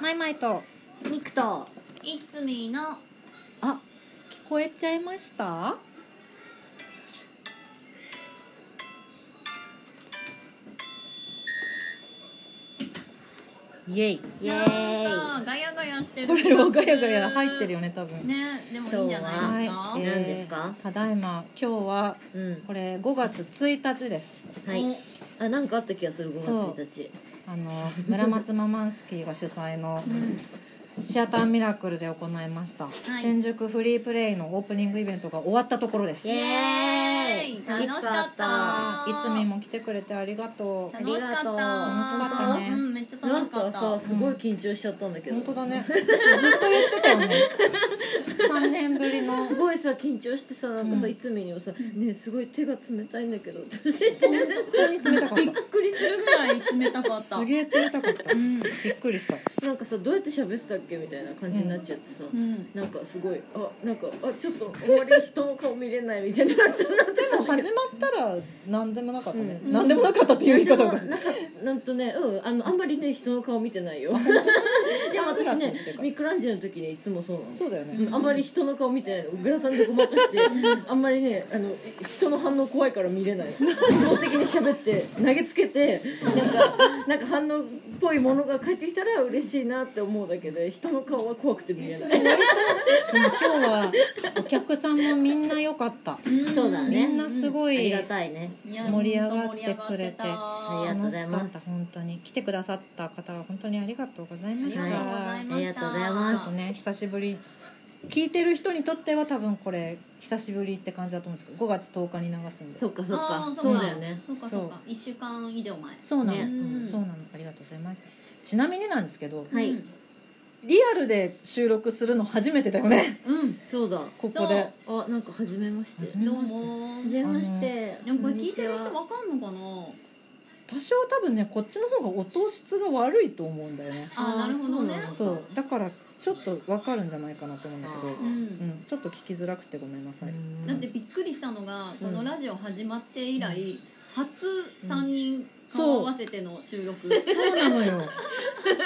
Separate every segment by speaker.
Speaker 1: マイマイと
Speaker 2: ミクと
Speaker 3: いつみの
Speaker 1: あ聞こえちゃいましたイエイ
Speaker 2: イエ
Speaker 3: な
Speaker 2: ーイ
Speaker 3: んかガヤガヤしてる
Speaker 1: これはガヤガヤ入ってるよね多分
Speaker 3: ねでもいいんじゃないですか
Speaker 1: はい、
Speaker 2: 何ですか
Speaker 1: ただいま今日は
Speaker 2: うん
Speaker 1: これ5月1日です
Speaker 2: はいあなんかあった気がする
Speaker 1: そう
Speaker 2: 5月1日
Speaker 1: あの村松ママンスキーが主催の
Speaker 3: うん
Speaker 1: シアターミラクルで行いました、
Speaker 3: い
Speaker 1: 新宿フリープレイのオープニングイベントが終わったところです
Speaker 2: イ
Speaker 1: い
Speaker 2: エーイ
Speaker 3: 楽しかった
Speaker 2: 楽
Speaker 1: つみも来てくれてありがとう
Speaker 3: 楽しかった
Speaker 2: ありがとう楽
Speaker 1: しかったね
Speaker 3: うんめっちゃ
Speaker 2: な
Speaker 3: 楽
Speaker 2: ん
Speaker 3: しか
Speaker 2: か
Speaker 3: った
Speaker 2: さすごい緊張しちゃったんだけど、
Speaker 1: 本当だねずっと言ってたよね3年ぶりの
Speaker 2: すごいさ緊張してさなんかさ、
Speaker 1: うん
Speaker 2: いつみにもさ「ねえすごい手が冷たいんだけど」私って
Speaker 1: 本当に冷たかっ
Speaker 3: びっくりするぐらい冷たかったた
Speaker 1: すげえ冷たかった
Speaker 3: うん
Speaker 1: びっくりした
Speaker 2: なんかさどうやって喋ってたっけみたいな感じになっちゃってさ、
Speaker 3: うん
Speaker 2: なんかすごいあなんかあちょっとあんまり人の顔見れないみたいになってなって
Speaker 1: でも始まったら何でもなかったね、
Speaker 2: うん
Speaker 1: 何でもなかったっていう言い方
Speaker 2: で
Speaker 1: お
Speaker 2: も
Speaker 1: かしい
Speaker 2: なんかなんとねうんあのあんまりね人の顔見てないよでも
Speaker 1: サング
Speaker 2: 私
Speaker 1: ラ
Speaker 2: ね
Speaker 1: スしてから
Speaker 2: ミクランジェの時ねいつもそうなの
Speaker 1: そうだよね、
Speaker 2: うんあんまり人の顔見てないのグラサンでごまかしてあんまりねあの人の反応怖いから見れない一方的に喋って投げつけてなんかなんか反応っぽいものが返ってきたら嬉しいなって思うだけで人の顔は怖くて見れない
Speaker 1: でも今日はお客さんもみんな良かった
Speaker 3: うん
Speaker 2: そうだ
Speaker 1: み
Speaker 2: ね
Speaker 1: んなす
Speaker 2: あ
Speaker 1: ご
Speaker 2: り
Speaker 1: い
Speaker 2: がたいね
Speaker 3: いや
Speaker 1: 盛り上がってくれて
Speaker 3: 本
Speaker 2: ありがとうございます
Speaker 1: 楽しかった本当に来てくださった方は本当にありがとうございました、
Speaker 2: ありがとう
Speaker 3: ござい
Speaker 2: ありがとうござい
Speaker 1: ち
Speaker 2: ます
Speaker 1: ょっとね久しぶり聞いてる人にとっては多分これ久しぶりって感じだと思うんですけど5月10日に流すんで
Speaker 2: そっかそっ
Speaker 3: あ
Speaker 2: か
Speaker 3: ー
Speaker 2: そうだよね
Speaker 3: そうかそうか一週間以上前
Speaker 1: そうなの、
Speaker 2: ね
Speaker 1: うん
Speaker 3: うん
Speaker 1: そうなのありがとうございましたちなみになんですけど
Speaker 2: はい
Speaker 3: うん
Speaker 1: リアルで収録するの初めてだよね
Speaker 3: うん
Speaker 2: そうだ
Speaker 1: ここで
Speaker 2: あなんか初めまして
Speaker 1: 初
Speaker 2: 初
Speaker 1: め
Speaker 3: どう
Speaker 1: まして
Speaker 3: も
Speaker 2: めまして
Speaker 3: でもこれ聞いてる
Speaker 2: こん
Speaker 3: 人
Speaker 2: にちは
Speaker 3: わかんのかな
Speaker 1: 多少多分ねこっちの方が音質が悪いと思うんだよね
Speaker 3: あーなるほど
Speaker 2: あ
Speaker 3: ね
Speaker 2: ー
Speaker 1: そうだからちょっと分かるんじゃないかなと思うんだけど、
Speaker 2: あ
Speaker 1: う
Speaker 2: ー
Speaker 3: うん
Speaker 1: ん、ちょっと聞きづらくてごめんなさい、
Speaker 2: うん
Speaker 3: だってびっくりしたのがこ
Speaker 1: う
Speaker 3: の
Speaker 1: ん
Speaker 3: ラジオ始まって以来初三人顔合わせての収録
Speaker 1: そうなのよ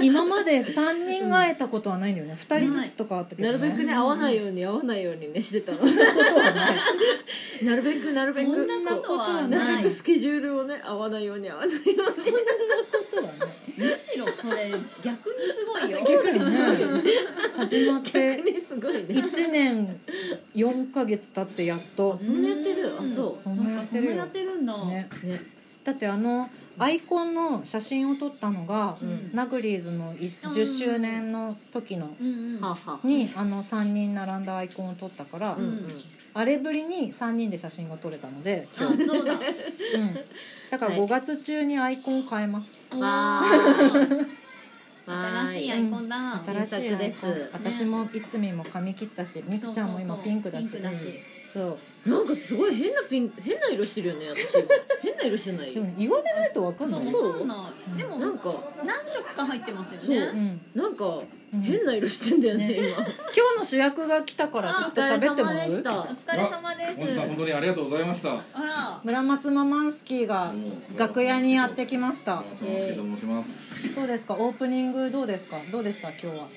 Speaker 1: 今まで3人会えたことはないんだよね2人ずつとかあったけど、
Speaker 2: な
Speaker 1: ね、
Speaker 2: るべくね
Speaker 3: うん
Speaker 2: 会わないように会わないようにねしてたの
Speaker 1: ことはない
Speaker 2: なるべくなるべく
Speaker 3: そんなことは
Speaker 2: なる
Speaker 3: な
Speaker 2: べ
Speaker 3: い
Speaker 2: くスケジュールをね合わないように合わないよう
Speaker 1: そ
Speaker 2: に
Speaker 1: んなことはない
Speaker 3: むしろそれ逆にすごいよ
Speaker 1: そうだよね始まって
Speaker 2: 逆にすごいね
Speaker 1: 1年4ヶ月経ってやっと
Speaker 2: そんなやってる
Speaker 3: うん
Speaker 2: あそ
Speaker 1: そんな
Speaker 3: な
Speaker 1: や
Speaker 3: んか
Speaker 1: っ
Speaker 3: そ
Speaker 1: て
Speaker 3: んな
Speaker 1: る
Speaker 3: や
Speaker 1: よ
Speaker 3: っ、てるんだ
Speaker 1: ね、
Speaker 2: うね
Speaker 1: だってあのアイコンの写真を撮ったのが、
Speaker 3: うん
Speaker 1: ナグリーズのい10周年の時の
Speaker 3: うんうん
Speaker 2: はあはあ
Speaker 1: にあの3人並んだアイコンを撮ったから、
Speaker 2: うんうん
Speaker 1: あれぶりに3人で写真が撮れたので、
Speaker 3: あそうだ
Speaker 1: うん、だから
Speaker 2: はい
Speaker 1: 5月中にアイコンを変えます、
Speaker 2: わ
Speaker 3: おー新しいアイコンだ
Speaker 2: ん
Speaker 1: 新しいアイコン
Speaker 2: 新作です
Speaker 1: 私もいつみも髪切ったしみくちゃんも今
Speaker 3: そうそうそう
Speaker 1: ピンクだし
Speaker 3: ピンクだし
Speaker 1: そう
Speaker 2: なんかすごい変なピン変な色してるよね私変な色してない
Speaker 1: でも言われないと分かんない
Speaker 2: そう
Speaker 3: わかんないでも
Speaker 2: なんか
Speaker 3: 何色か入ってます
Speaker 2: そ
Speaker 3: よ
Speaker 2: う
Speaker 1: う
Speaker 3: ね
Speaker 1: ん、
Speaker 2: なんか
Speaker 1: うん
Speaker 2: 変な色してんだよね
Speaker 1: ね
Speaker 2: 今
Speaker 1: 今日の主役が来たからちょっと
Speaker 2: お疲れ
Speaker 1: 喋っても
Speaker 2: 様
Speaker 1: ら
Speaker 2: でし
Speaker 1: う
Speaker 3: お
Speaker 2: た
Speaker 3: 疲れ様で
Speaker 4: モンスター本
Speaker 3: す
Speaker 4: 当にありがとうございました。モン
Speaker 3: あら
Speaker 1: 村松ママンスキーが楽屋にやってきました
Speaker 4: スター助と申します。
Speaker 1: どうですかオープニングどうですかどうでした今日は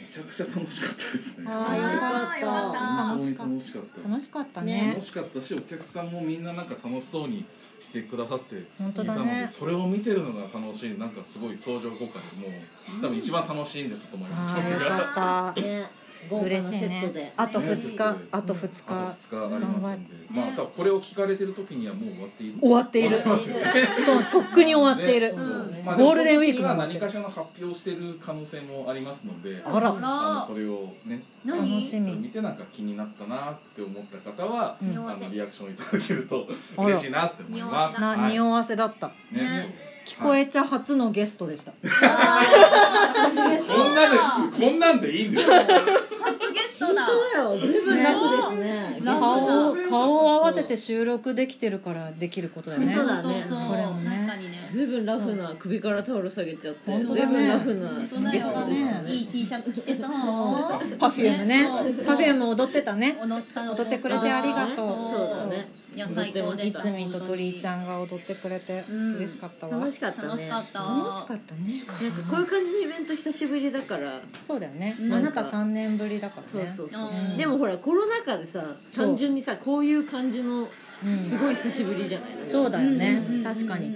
Speaker 4: めちゃくちゃ楽しかったですね。
Speaker 1: あ
Speaker 3: ーよかった
Speaker 1: 楽
Speaker 4: 本
Speaker 1: し
Speaker 4: 当
Speaker 1: かっ
Speaker 4: に楽しかった
Speaker 1: た。楽しかったね
Speaker 4: 楽しかったし、お客さんもみんななんか楽しそうにしてくださってい
Speaker 1: 本当
Speaker 4: た
Speaker 1: だ
Speaker 4: ので、
Speaker 1: ね
Speaker 4: それを見てるのが楽しい。なんかすごい相乗効果で、もう多分一番楽しんでたと思います。
Speaker 1: あー
Speaker 4: 僕
Speaker 1: よ
Speaker 4: が
Speaker 1: かった
Speaker 2: ね 豪華な
Speaker 1: 嬉し
Speaker 2: セ
Speaker 1: い
Speaker 2: ット
Speaker 1: ね
Speaker 2: で
Speaker 1: あと
Speaker 3: ね
Speaker 1: 2日あと2
Speaker 4: あ
Speaker 1: 日
Speaker 4: と2日あります
Speaker 3: 頑
Speaker 4: んで、
Speaker 3: 張っ
Speaker 4: まあ多分これを聞かれてる時にはもう終わっている。
Speaker 1: 終わっている
Speaker 4: 終わってますよね。
Speaker 1: そうとっくに終わっている、
Speaker 4: ねそうまあ
Speaker 1: ゴールデンウィークに終わっ
Speaker 4: でもその時に
Speaker 1: て
Speaker 4: は何かしらの発表をしてる可能性もありますので
Speaker 1: あら
Speaker 3: あ
Speaker 4: あの
Speaker 3: ら
Speaker 4: それをね
Speaker 1: 楽
Speaker 3: 何
Speaker 1: し
Speaker 4: そ
Speaker 1: み
Speaker 4: れ見てなんか気になったなって思った方は、
Speaker 1: うん
Speaker 3: 匂わ
Speaker 4: あ
Speaker 3: せ
Speaker 4: のリアクションいただけると
Speaker 1: あら
Speaker 4: 嬉しいなって思います。
Speaker 1: な
Speaker 4: はい
Speaker 1: 匂わせだった
Speaker 4: ね
Speaker 3: ね
Speaker 1: 聞こえちゃ初のゲストでした、
Speaker 4: そうこんなんでこんなんでいいんですよ。
Speaker 3: 初ゲスト
Speaker 2: 本
Speaker 3: だ
Speaker 2: 当だよ随分楽ですね
Speaker 3: ラフ
Speaker 1: 顔を
Speaker 4: そう
Speaker 1: 顔を合わせて収録できてるからできることだよね
Speaker 2: そうだね
Speaker 3: そうそう
Speaker 1: これもね
Speaker 3: 確かにね
Speaker 2: 随分ラフな首からタオル下げちゃって
Speaker 1: 本当
Speaker 2: 随
Speaker 1: だね
Speaker 2: 分ラフ
Speaker 3: 本当
Speaker 2: な
Speaker 3: だ
Speaker 2: ゲストでした
Speaker 3: よ
Speaker 2: ね
Speaker 3: いい T シャツ着てさ
Speaker 1: パフュームね
Speaker 3: そう
Speaker 1: パフューム踊ってたね
Speaker 3: 踊った
Speaker 1: 踊ってくれてありがとう
Speaker 3: そう
Speaker 2: そうだね
Speaker 3: いや最高で
Speaker 1: い
Speaker 3: した
Speaker 1: つみと鳥居ちゃんが踊ってくれて
Speaker 3: うん
Speaker 1: 嬉しかったわ、
Speaker 2: 楽
Speaker 1: 楽し
Speaker 2: しかったね
Speaker 3: 楽しかった
Speaker 1: かったね
Speaker 2: なんかこういう感じのイベント久しぶりだから
Speaker 1: そうだよね、
Speaker 3: うん
Speaker 1: あなた3年ぶりだからね
Speaker 2: そうそうそう、
Speaker 3: うん
Speaker 2: でもほらコロナ禍でさ
Speaker 1: そう
Speaker 2: 単純にさこういう感じの
Speaker 1: うん
Speaker 2: すごい久しぶりじゃないですか、
Speaker 1: そうだよね、
Speaker 3: うんうんうんうん
Speaker 1: 確かに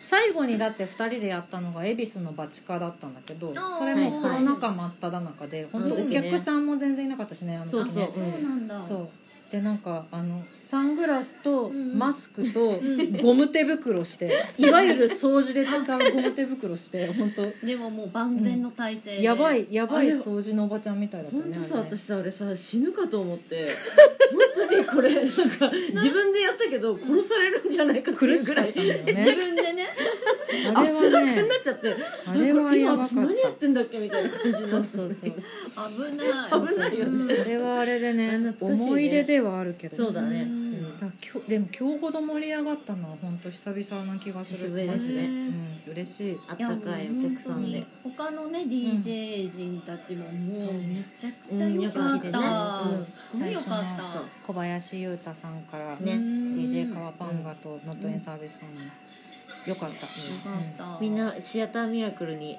Speaker 1: 最後にだって2人でやったのが恵比寿のバチカだったんだけど
Speaker 3: あー
Speaker 1: それもコロナ禍真っ只中で本当
Speaker 2: うん
Speaker 1: お客さんも全然いなかったしねあの時
Speaker 2: そう
Speaker 1: ね
Speaker 2: そう
Speaker 3: そうなんだ
Speaker 1: そうでなんかあのサングラスと
Speaker 3: うん
Speaker 1: マスクとゴム手袋して、いわゆる掃除で使うゴム手袋して本当
Speaker 3: でももう万全の体制で
Speaker 1: やばいやばい
Speaker 2: あれ
Speaker 1: 掃除のおばちゃんみたいだったね
Speaker 2: 本当さ、
Speaker 1: あれね
Speaker 2: 私さあれさ死ぬかと思って 本当にこれなんか自分でやったけど殺されるんじゃないかってい
Speaker 1: 苦
Speaker 2: う
Speaker 1: し
Speaker 2: ぐ
Speaker 1: からっ
Speaker 2: い
Speaker 1: たんだよ ね
Speaker 3: 自分でね
Speaker 1: あれ
Speaker 2: 汗だ
Speaker 1: は
Speaker 2: くにな
Speaker 1: ね
Speaker 2: っちゃって
Speaker 1: あれはや
Speaker 2: 今
Speaker 1: ばかっ
Speaker 2: 私
Speaker 1: た
Speaker 2: 何やってんだっけみたいな感じになって
Speaker 1: そうそうそう
Speaker 3: 危ない
Speaker 2: 危ないよね
Speaker 1: あれはあれでね
Speaker 2: あ懐かしいね
Speaker 1: 思い出ではあるけど
Speaker 2: そうだね
Speaker 3: うん
Speaker 1: だから今日でも今日ほど盛り上がったのは本当久々な気がす
Speaker 2: 久し
Speaker 1: る
Speaker 2: ぶりですね
Speaker 1: うん、嬉しい
Speaker 2: あったかいお客さん
Speaker 3: い
Speaker 2: で
Speaker 3: やもう本当に他のね DJ 陣たちもも
Speaker 1: そうう
Speaker 3: めちゃくちゃ良かっ
Speaker 2: うん
Speaker 3: た、良
Speaker 2: 良かったです
Speaker 3: ごい良か
Speaker 1: 最
Speaker 3: っ
Speaker 1: 小林優太さんから、
Speaker 3: た
Speaker 2: ね
Speaker 1: DJ 川パンガとノットエンサービスさんもよかった、
Speaker 3: 良かった
Speaker 2: みんなシアターミラクルに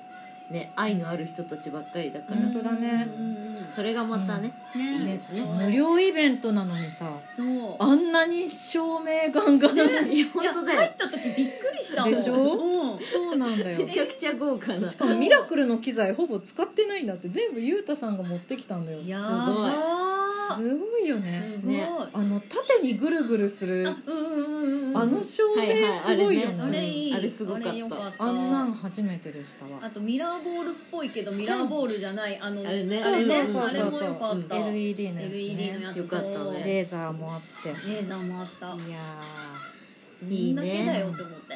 Speaker 2: ね愛のある人たちばっかりだから、
Speaker 1: 本当だね
Speaker 3: うんうんうん
Speaker 2: それがまたね、
Speaker 3: ね
Speaker 2: いい
Speaker 1: ね
Speaker 2: ですね
Speaker 1: 無料イベントなのにさ
Speaker 3: そう
Speaker 1: あんなに照明ガンガ ン、
Speaker 2: いや
Speaker 3: いや
Speaker 2: 本当だ
Speaker 3: 入
Speaker 2: よ
Speaker 3: った時びっくりしたもん
Speaker 1: でしょ
Speaker 3: うん
Speaker 1: そうなんだよ
Speaker 2: めちゃくちゃ豪華な
Speaker 1: しかもミラクルの機材ほぼ使ってないんだって全部優太さんが持ってきたんだよ
Speaker 3: やばー
Speaker 1: すごいよ
Speaker 3: す
Speaker 1: ね
Speaker 3: ごい、
Speaker 2: ね
Speaker 1: あの縦にぐるぐるする
Speaker 3: あうんうんうんうん
Speaker 1: あの照明すごいよね,、
Speaker 3: あれいい
Speaker 2: あれすごかった
Speaker 3: あれ良った
Speaker 1: あんなん初めてでしたわ
Speaker 3: あとミラーボールっぽいけどミラーボールじゃないあの
Speaker 2: あれね
Speaker 3: あれね
Speaker 2: そう
Speaker 3: あ
Speaker 2: そう
Speaker 3: れ
Speaker 2: そう
Speaker 3: も
Speaker 1: そう
Speaker 3: 良かった
Speaker 1: LED のやつ、ね、
Speaker 3: LED のやつ
Speaker 2: よかったね
Speaker 3: そう
Speaker 2: ね
Speaker 1: レーザーもあってい
Speaker 3: レーザーもあった
Speaker 1: や
Speaker 2: い
Speaker 3: み
Speaker 2: い
Speaker 3: んだけだよ
Speaker 2: ね
Speaker 3: と思って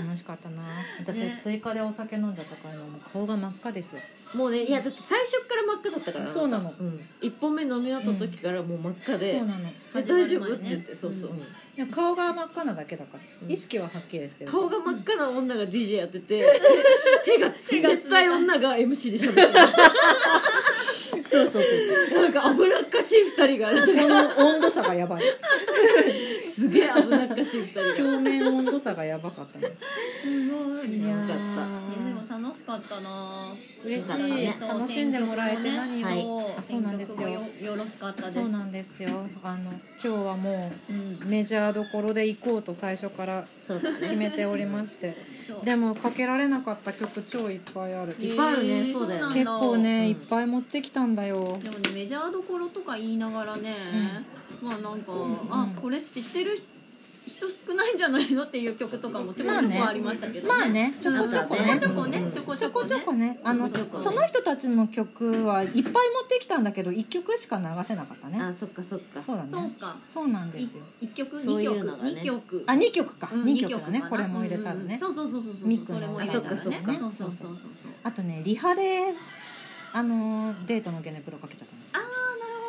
Speaker 1: ー楽しかったな私、
Speaker 3: ね
Speaker 1: 追加でお酒飲んじゃったからもう顔が真っ赤ですよ
Speaker 2: もうねいやだって最初から真っ赤だったから
Speaker 1: そうなの
Speaker 2: うん、1本目飲み終わった時からもう真っ赤で,、
Speaker 1: そうなのい
Speaker 2: で
Speaker 3: 始まる前ね
Speaker 2: 大丈夫って言ってそうそう、
Speaker 3: うん
Speaker 1: や顔が真っ赤なだけだから、
Speaker 2: うん
Speaker 1: 意識ははっきりしてる
Speaker 2: 顔が真っ赤な女が DJ やってて、手が冷たい女が MC でしゃべって
Speaker 1: そうそうそうそ
Speaker 2: るなんか危なっかしい2人が
Speaker 1: うこの温度差がや ばい
Speaker 2: すげえ危なっかしい2人が
Speaker 1: 表面温度差がやばかったね
Speaker 3: すご
Speaker 2: い
Speaker 3: い
Speaker 2: や
Speaker 3: や
Speaker 2: よかった
Speaker 3: でも楽しかったな
Speaker 1: 嬉しい、
Speaker 2: ね
Speaker 3: そう
Speaker 1: 楽しんでもらえて何よ
Speaker 2: は
Speaker 1: り、
Speaker 2: い
Speaker 1: あそうなんですよ
Speaker 3: 選曲もよよろしかったです
Speaker 1: そうなんですよあの今日はも
Speaker 3: うん
Speaker 1: うメジャーどころで行こうと最初から
Speaker 2: そうだね
Speaker 1: 決めておりまして
Speaker 3: そう
Speaker 1: でもかけられなかった曲超いっぱいある
Speaker 2: いっぱいあるねそうだよね
Speaker 1: 結構ね、
Speaker 2: うん
Speaker 1: いっぱい持ってきたんだよ
Speaker 3: でもねメジャーどころとか言いながらね、まあなんか、あこれ知ってる人少ないんじゃないのっていう曲とかもちょこちょこありましたけどね、
Speaker 1: まあねちょこちょこね
Speaker 3: うんちょこちょこねちょこ
Speaker 1: ち
Speaker 3: ち
Speaker 1: ょ
Speaker 3: ょ
Speaker 1: こ
Speaker 3: こ
Speaker 1: ち
Speaker 3: ね
Speaker 1: ょこねあの
Speaker 3: そうそう
Speaker 1: その人たちの曲はいっぱい持ってきたんだけど1曲しか流せなかったね
Speaker 2: あそっかそっか
Speaker 1: そうだ
Speaker 3: そう
Speaker 1: ね
Speaker 3: か
Speaker 1: そうなん
Speaker 3: い
Speaker 1: ですよ
Speaker 3: 一曲
Speaker 2: そう
Speaker 3: 二
Speaker 2: いうの
Speaker 3: 曲
Speaker 2: がね
Speaker 3: 二曲
Speaker 1: あ二曲か、
Speaker 3: うん
Speaker 1: 二曲だね
Speaker 3: 二
Speaker 1: これも入れたら
Speaker 3: うんうんう
Speaker 1: ね
Speaker 3: んそうそうそうそう
Speaker 1: ミック
Speaker 3: そ
Speaker 1: の
Speaker 3: れも入れたらね
Speaker 2: あそっかそっか
Speaker 3: そうそうそうそうそう
Speaker 1: あとねリハであのデートのゲネプロかけちゃったんですよ
Speaker 3: あ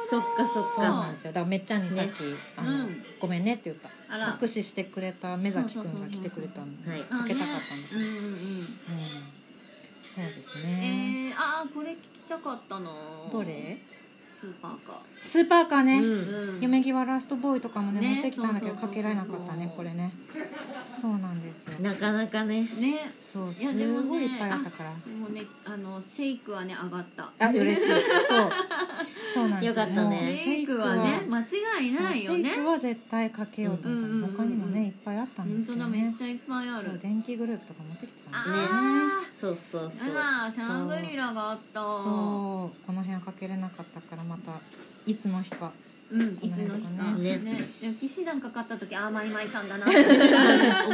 Speaker 2: そっかそっ
Speaker 1: そうな
Speaker 2: か
Speaker 1: んですよだからめっちゃんにさっき、あの
Speaker 3: うん
Speaker 1: ごめんね」って言った
Speaker 3: あら
Speaker 1: 作詞してくれた目崎くんが来てくれたんで
Speaker 2: はい
Speaker 1: かけたかったんだ
Speaker 3: あねうんうん
Speaker 1: うんそうです
Speaker 3: うん
Speaker 1: ね、
Speaker 3: えー、あーこれ聞きたかったな
Speaker 1: どれ
Speaker 3: スーパーか、
Speaker 1: スーパーカーね、
Speaker 2: うん
Speaker 3: うん、
Speaker 1: 夢際ラストボーイとかもね
Speaker 3: ね
Speaker 1: 持ってきたんだけど
Speaker 3: そうそうそうそう
Speaker 1: かけられなかったねこれねそうなんですよ
Speaker 2: なかなかね
Speaker 3: ね
Speaker 1: そう
Speaker 3: いやでもね
Speaker 1: すごいいっぱいあったから
Speaker 3: でもねあのシェイクはね上がった
Speaker 1: あ嬉しいそうそうなんです
Speaker 2: よかったね
Speaker 1: もう
Speaker 3: シェイクはね間違いないよ
Speaker 1: そうシ
Speaker 3: ね
Speaker 1: ェイクは絶対かけようと思ったの、
Speaker 3: うんうんうんうん
Speaker 1: 他にもねいっぱいあったんで
Speaker 3: 本
Speaker 1: すけ
Speaker 3: 当
Speaker 1: ど
Speaker 3: だ
Speaker 1: ね
Speaker 3: めっちゃいっぱいあ
Speaker 1: そう
Speaker 3: る
Speaker 1: 電気グループとか持ってきてたんですよね
Speaker 3: あ
Speaker 2: そうそう
Speaker 3: ーあらシャングリラがあった
Speaker 1: そうこの辺はかけれなかったからまたいつの日か
Speaker 3: うんいつの日か
Speaker 2: ね
Speaker 3: ねでも騎士団かかった時あーマイマイさんだな って思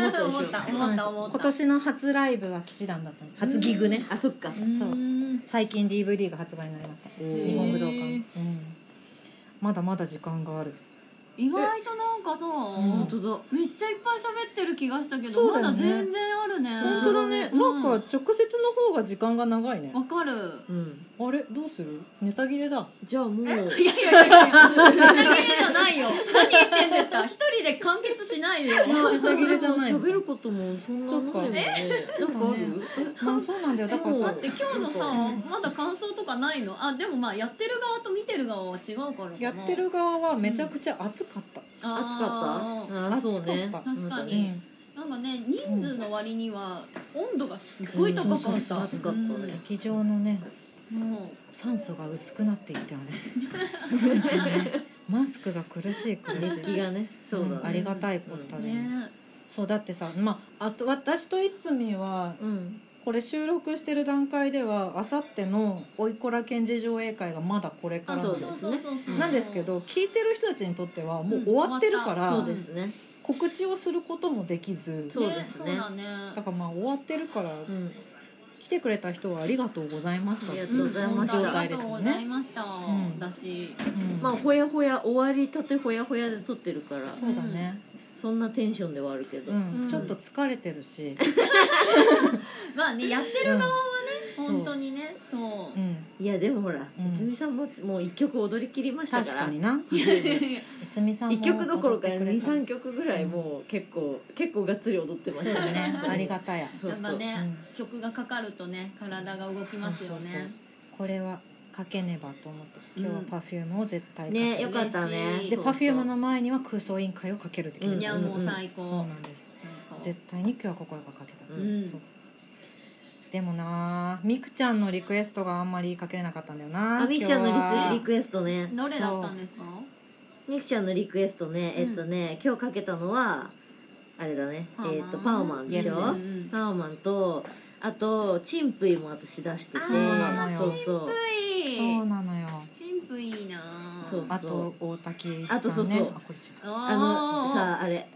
Speaker 3: った思った思った思った
Speaker 1: 今年の初ライブは騎士団だったの初ギグね
Speaker 2: あそっか
Speaker 1: そうん最近 DVD が発売になりました
Speaker 2: おー
Speaker 1: 日本武道館、
Speaker 3: へー
Speaker 1: うんまだまだ時間がある
Speaker 3: 意外となんかさ
Speaker 1: ん
Speaker 2: 本当だ
Speaker 3: めっちゃいっぱい喋ってる気がしたけ
Speaker 1: そ
Speaker 3: ど
Speaker 1: うだよ
Speaker 3: まだ
Speaker 1: ね
Speaker 3: 全然あるね
Speaker 1: 本当だね、
Speaker 3: う
Speaker 1: なんか直接の方が時間が長いね
Speaker 3: わかる
Speaker 2: うん
Speaker 1: あれどうするネタ切れ だ
Speaker 2: じゃあもう
Speaker 3: いやいやいやいや、ネタ切れじゃないよ。 何言ってんですか。一人で完結しないでよ。
Speaker 1: ネタ切れじゃないの
Speaker 2: 喋ることもそんな
Speaker 1: そっか
Speaker 2: ないもんねなんかある
Speaker 1: うんそうなんだよだから
Speaker 3: だ
Speaker 1: さ
Speaker 3: って今日のさ、まだ感想とかないの。あ、でもまあやってる側と見てる側は違うからかな。
Speaker 1: やってる側はめちゃくちゃ熱かった、
Speaker 3: あー
Speaker 2: 暑かったあーそうね
Speaker 1: 暑かった
Speaker 3: 確か
Speaker 1: う
Speaker 3: に
Speaker 1: ん、
Speaker 3: なんかね人数の割には温度がすごい高か
Speaker 2: うん
Speaker 3: っ
Speaker 2: そ
Speaker 3: た
Speaker 2: うそうそう暑かったね
Speaker 1: 劇場のね
Speaker 3: うんも
Speaker 1: 酸素が薄くなっていったよね本当にねマスクが苦しい苦し
Speaker 2: 熱気
Speaker 1: い
Speaker 2: がねそうだね、
Speaker 1: んありがたいことだ
Speaker 3: う
Speaker 1: ね,、
Speaker 3: ね
Speaker 1: そうだってさ、まあ、あと私といつみは
Speaker 2: うん
Speaker 1: これ収録してる段階ではあさっての「おいこら検事上映会」がまだこれからなん
Speaker 2: あそう
Speaker 1: で
Speaker 2: ですすね
Speaker 3: そうそうそう
Speaker 1: なんですけど聞いてる人たちにとってはもう終わってるから、
Speaker 3: うん
Speaker 2: そうですね
Speaker 1: 告知をすることもできず
Speaker 2: そうですね
Speaker 3: そうだね
Speaker 1: だからまあ終わってるから
Speaker 2: うん
Speaker 1: 来てくれた人はありがとうございました
Speaker 2: ありがと
Speaker 3: うん
Speaker 2: うございました
Speaker 3: 本当ありがとうございました
Speaker 1: ん
Speaker 3: だし
Speaker 1: うん
Speaker 2: まあほやほや終わりたてほやほやで撮ってるから
Speaker 1: そうだね、
Speaker 2: そんなテンションではあるけど、
Speaker 1: うん
Speaker 3: うん
Speaker 1: ちょっと疲れてる し、
Speaker 3: まあねやってる側はね
Speaker 1: うん、
Speaker 3: 本当にねそう うん
Speaker 2: いやでもほら
Speaker 1: うん
Speaker 2: 泉、さんももう一曲踊りきりました
Speaker 1: 確
Speaker 2: か
Speaker 1: からになつみさんも
Speaker 2: 一曲どころか
Speaker 1: 踊ってくれた
Speaker 2: 23曲ぐらいもう結構結構がっつり踊ってま
Speaker 1: そ
Speaker 2: し
Speaker 1: う
Speaker 2: た
Speaker 1: だね
Speaker 2: そう
Speaker 1: ありがたや
Speaker 2: そう
Speaker 3: やっぱ
Speaker 2: そう
Speaker 3: ね曲がかかるとね体が動きますよ
Speaker 1: そうそうそう
Speaker 3: ね
Speaker 1: これはかけねばと思って今日は
Speaker 3: うん
Speaker 1: パフュームを絶対かける、
Speaker 2: ねよかったね
Speaker 3: 嬉しい
Speaker 1: で
Speaker 2: そう
Speaker 1: パ
Speaker 2: そう
Speaker 1: フュームの前には空想委員会をかけるって決め
Speaker 2: うん
Speaker 1: て
Speaker 2: いやもう
Speaker 3: 最高
Speaker 1: そうなんです
Speaker 3: なんか
Speaker 1: 絶対に今日はここがかけた、
Speaker 3: うん
Speaker 1: そうでもなあみくちゃんのリクエストがあんまりかけれなかったんだよな
Speaker 2: あみきちゃんの
Speaker 1: 今日は
Speaker 2: リスリクエストね
Speaker 3: どれだったんですか
Speaker 2: みきちゃんのリクエストねえっとね、今日かけたのはあれだね
Speaker 3: パーマ
Speaker 2: パ
Speaker 3: ン
Speaker 2: えっとパオマンでしょ
Speaker 1: Yes
Speaker 3: うん
Speaker 2: パオマンとあとチンプイも私出してて
Speaker 3: そうな
Speaker 1: のよ
Speaker 2: そうそう
Speaker 1: そう
Speaker 3: チ
Speaker 1: なのよ
Speaker 3: ンプいいな
Speaker 2: そうそう
Speaker 1: あと大滝さん、ね、
Speaker 2: あとそうそう
Speaker 1: あこれ違う
Speaker 2: あのさあれ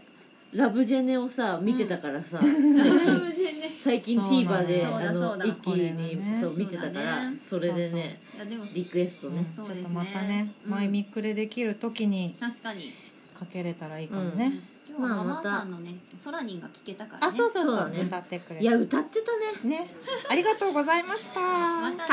Speaker 2: ラブジェネをさ見てたからさ、
Speaker 3: 無事ね
Speaker 2: 最近
Speaker 1: そう
Speaker 2: TVer で
Speaker 1: そう
Speaker 3: だ
Speaker 2: あ
Speaker 3: そ
Speaker 2: の
Speaker 3: うだ
Speaker 2: 一気
Speaker 1: これが
Speaker 2: に、
Speaker 1: ね
Speaker 2: そう見てたから
Speaker 1: そ
Speaker 2: そう
Speaker 1: だね
Speaker 2: れでね
Speaker 3: いやでも
Speaker 2: リクエストね
Speaker 1: ち
Speaker 3: そ
Speaker 1: ょ
Speaker 3: う
Speaker 1: っ
Speaker 3: ですね
Speaker 1: とまたね、
Speaker 3: うん
Speaker 1: マイミックレできる時に
Speaker 3: 確かに
Speaker 1: かけれたらいいかも
Speaker 2: う
Speaker 1: ね、
Speaker 3: 今日は
Speaker 2: ま
Speaker 3: マ
Speaker 2: あ
Speaker 3: マ
Speaker 2: また
Speaker 3: さんのねソラニンが聞けたからね
Speaker 1: あそうそうそう
Speaker 2: そうだね
Speaker 1: 歌ってくれ
Speaker 2: いや歌ってたね
Speaker 1: ねありがとうございました
Speaker 3: またね